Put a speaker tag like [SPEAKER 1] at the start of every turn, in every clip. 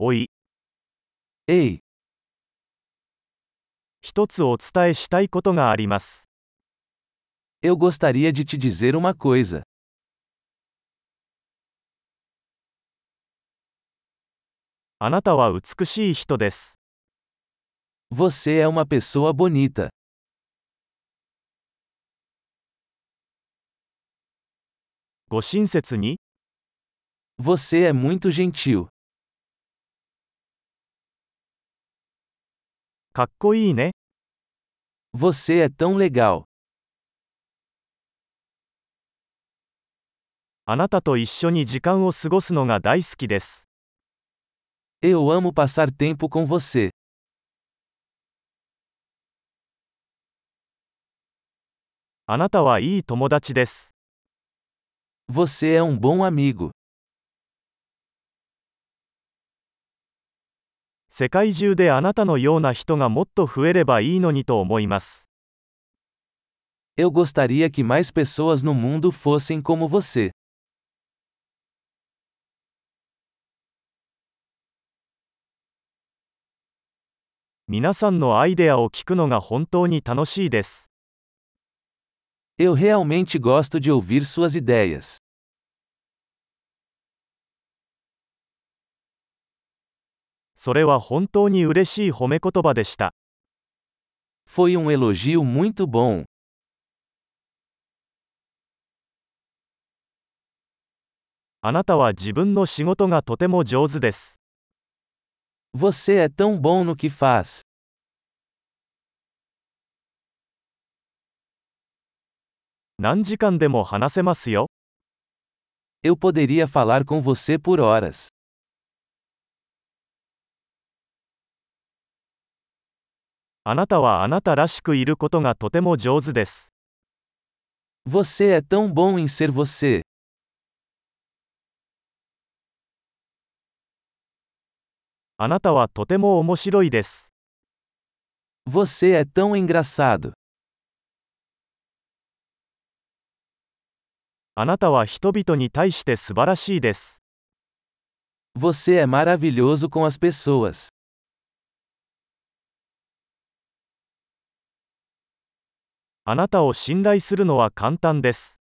[SPEAKER 1] おい。えい。一つお伝えしたいことがあります。
[SPEAKER 2] Eu gostaria de te dizer uma coisa.
[SPEAKER 1] あなたは美しい人です。
[SPEAKER 2] Você é uma pessoa bonita.
[SPEAKER 1] ご親切に、
[SPEAKER 2] Você é muito gentil.
[SPEAKER 1] かっこいいね。
[SPEAKER 2] Você é tão legal.
[SPEAKER 1] あなたと一緒に時間を過ごすのが大好きです。
[SPEAKER 2] Eu amo passar tempo com você.
[SPEAKER 1] あなたはいい友達です。
[SPEAKER 2] Você é um bom amigo.
[SPEAKER 1] 世界中であなたのような人がもっと増えればいいのにと思います。
[SPEAKER 2] Eu gostaria que mais pessoas no mundo fossem como você.
[SPEAKER 1] 皆さんのアイデアを聞くのが本当に楽しいです。
[SPEAKER 2] Eu realmente gosto de ouvir suas ideias.
[SPEAKER 1] それは本当に嬉しい褒め言葉でした。
[SPEAKER 2] Foi um elogio muito bom.
[SPEAKER 1] あなたは自分の仕事がとても上手です。
[SPEAKER 2] Você é tão bom no que faz.
[SPEAKER 1] 何時間でも話せますよ。
[SPEAKER 2] Eu poderia falar com você por horas.
[SPEAKER 1] あなたはあなたらしくいることがとても上手です。
[SPEAKER 2] Você é tão bom em ser você.
[SPEAKER 1] あなたはとても面白いです。
[SPEAKER 2] Você é tão engraçado.
[SPEAKER 1] あなたは人々に対して素晴らしいです。
[SPEAKER 2] Você é maravilhoso com as pessoas.
[SPEAKER 1] あなたを信頼するのは簡単です。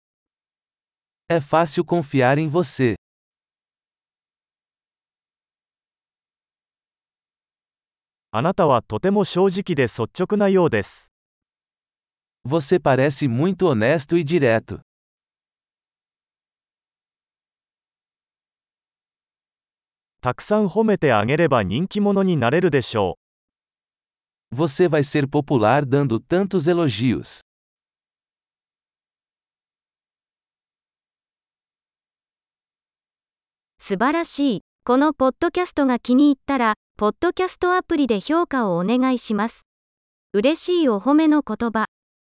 [SPEAKER 2] É fácil confiar em você.
[SPEAKER 1] あなたはとても正直で率直なようです。
[SPEAKER 2] Você parece muito honesto e direto.
[SPEAKER 1] たくさん褒めてあげれば人気者になれるでしょう。
[SPEAKER 2] Você vai ser popular dando tantos elogios.
[SPEAKER 3] 素晴らしい。このポッドキャストが気に入ったら、ポッドキャストアプリで評価をお願いします。嬉しいお褒めの言葉。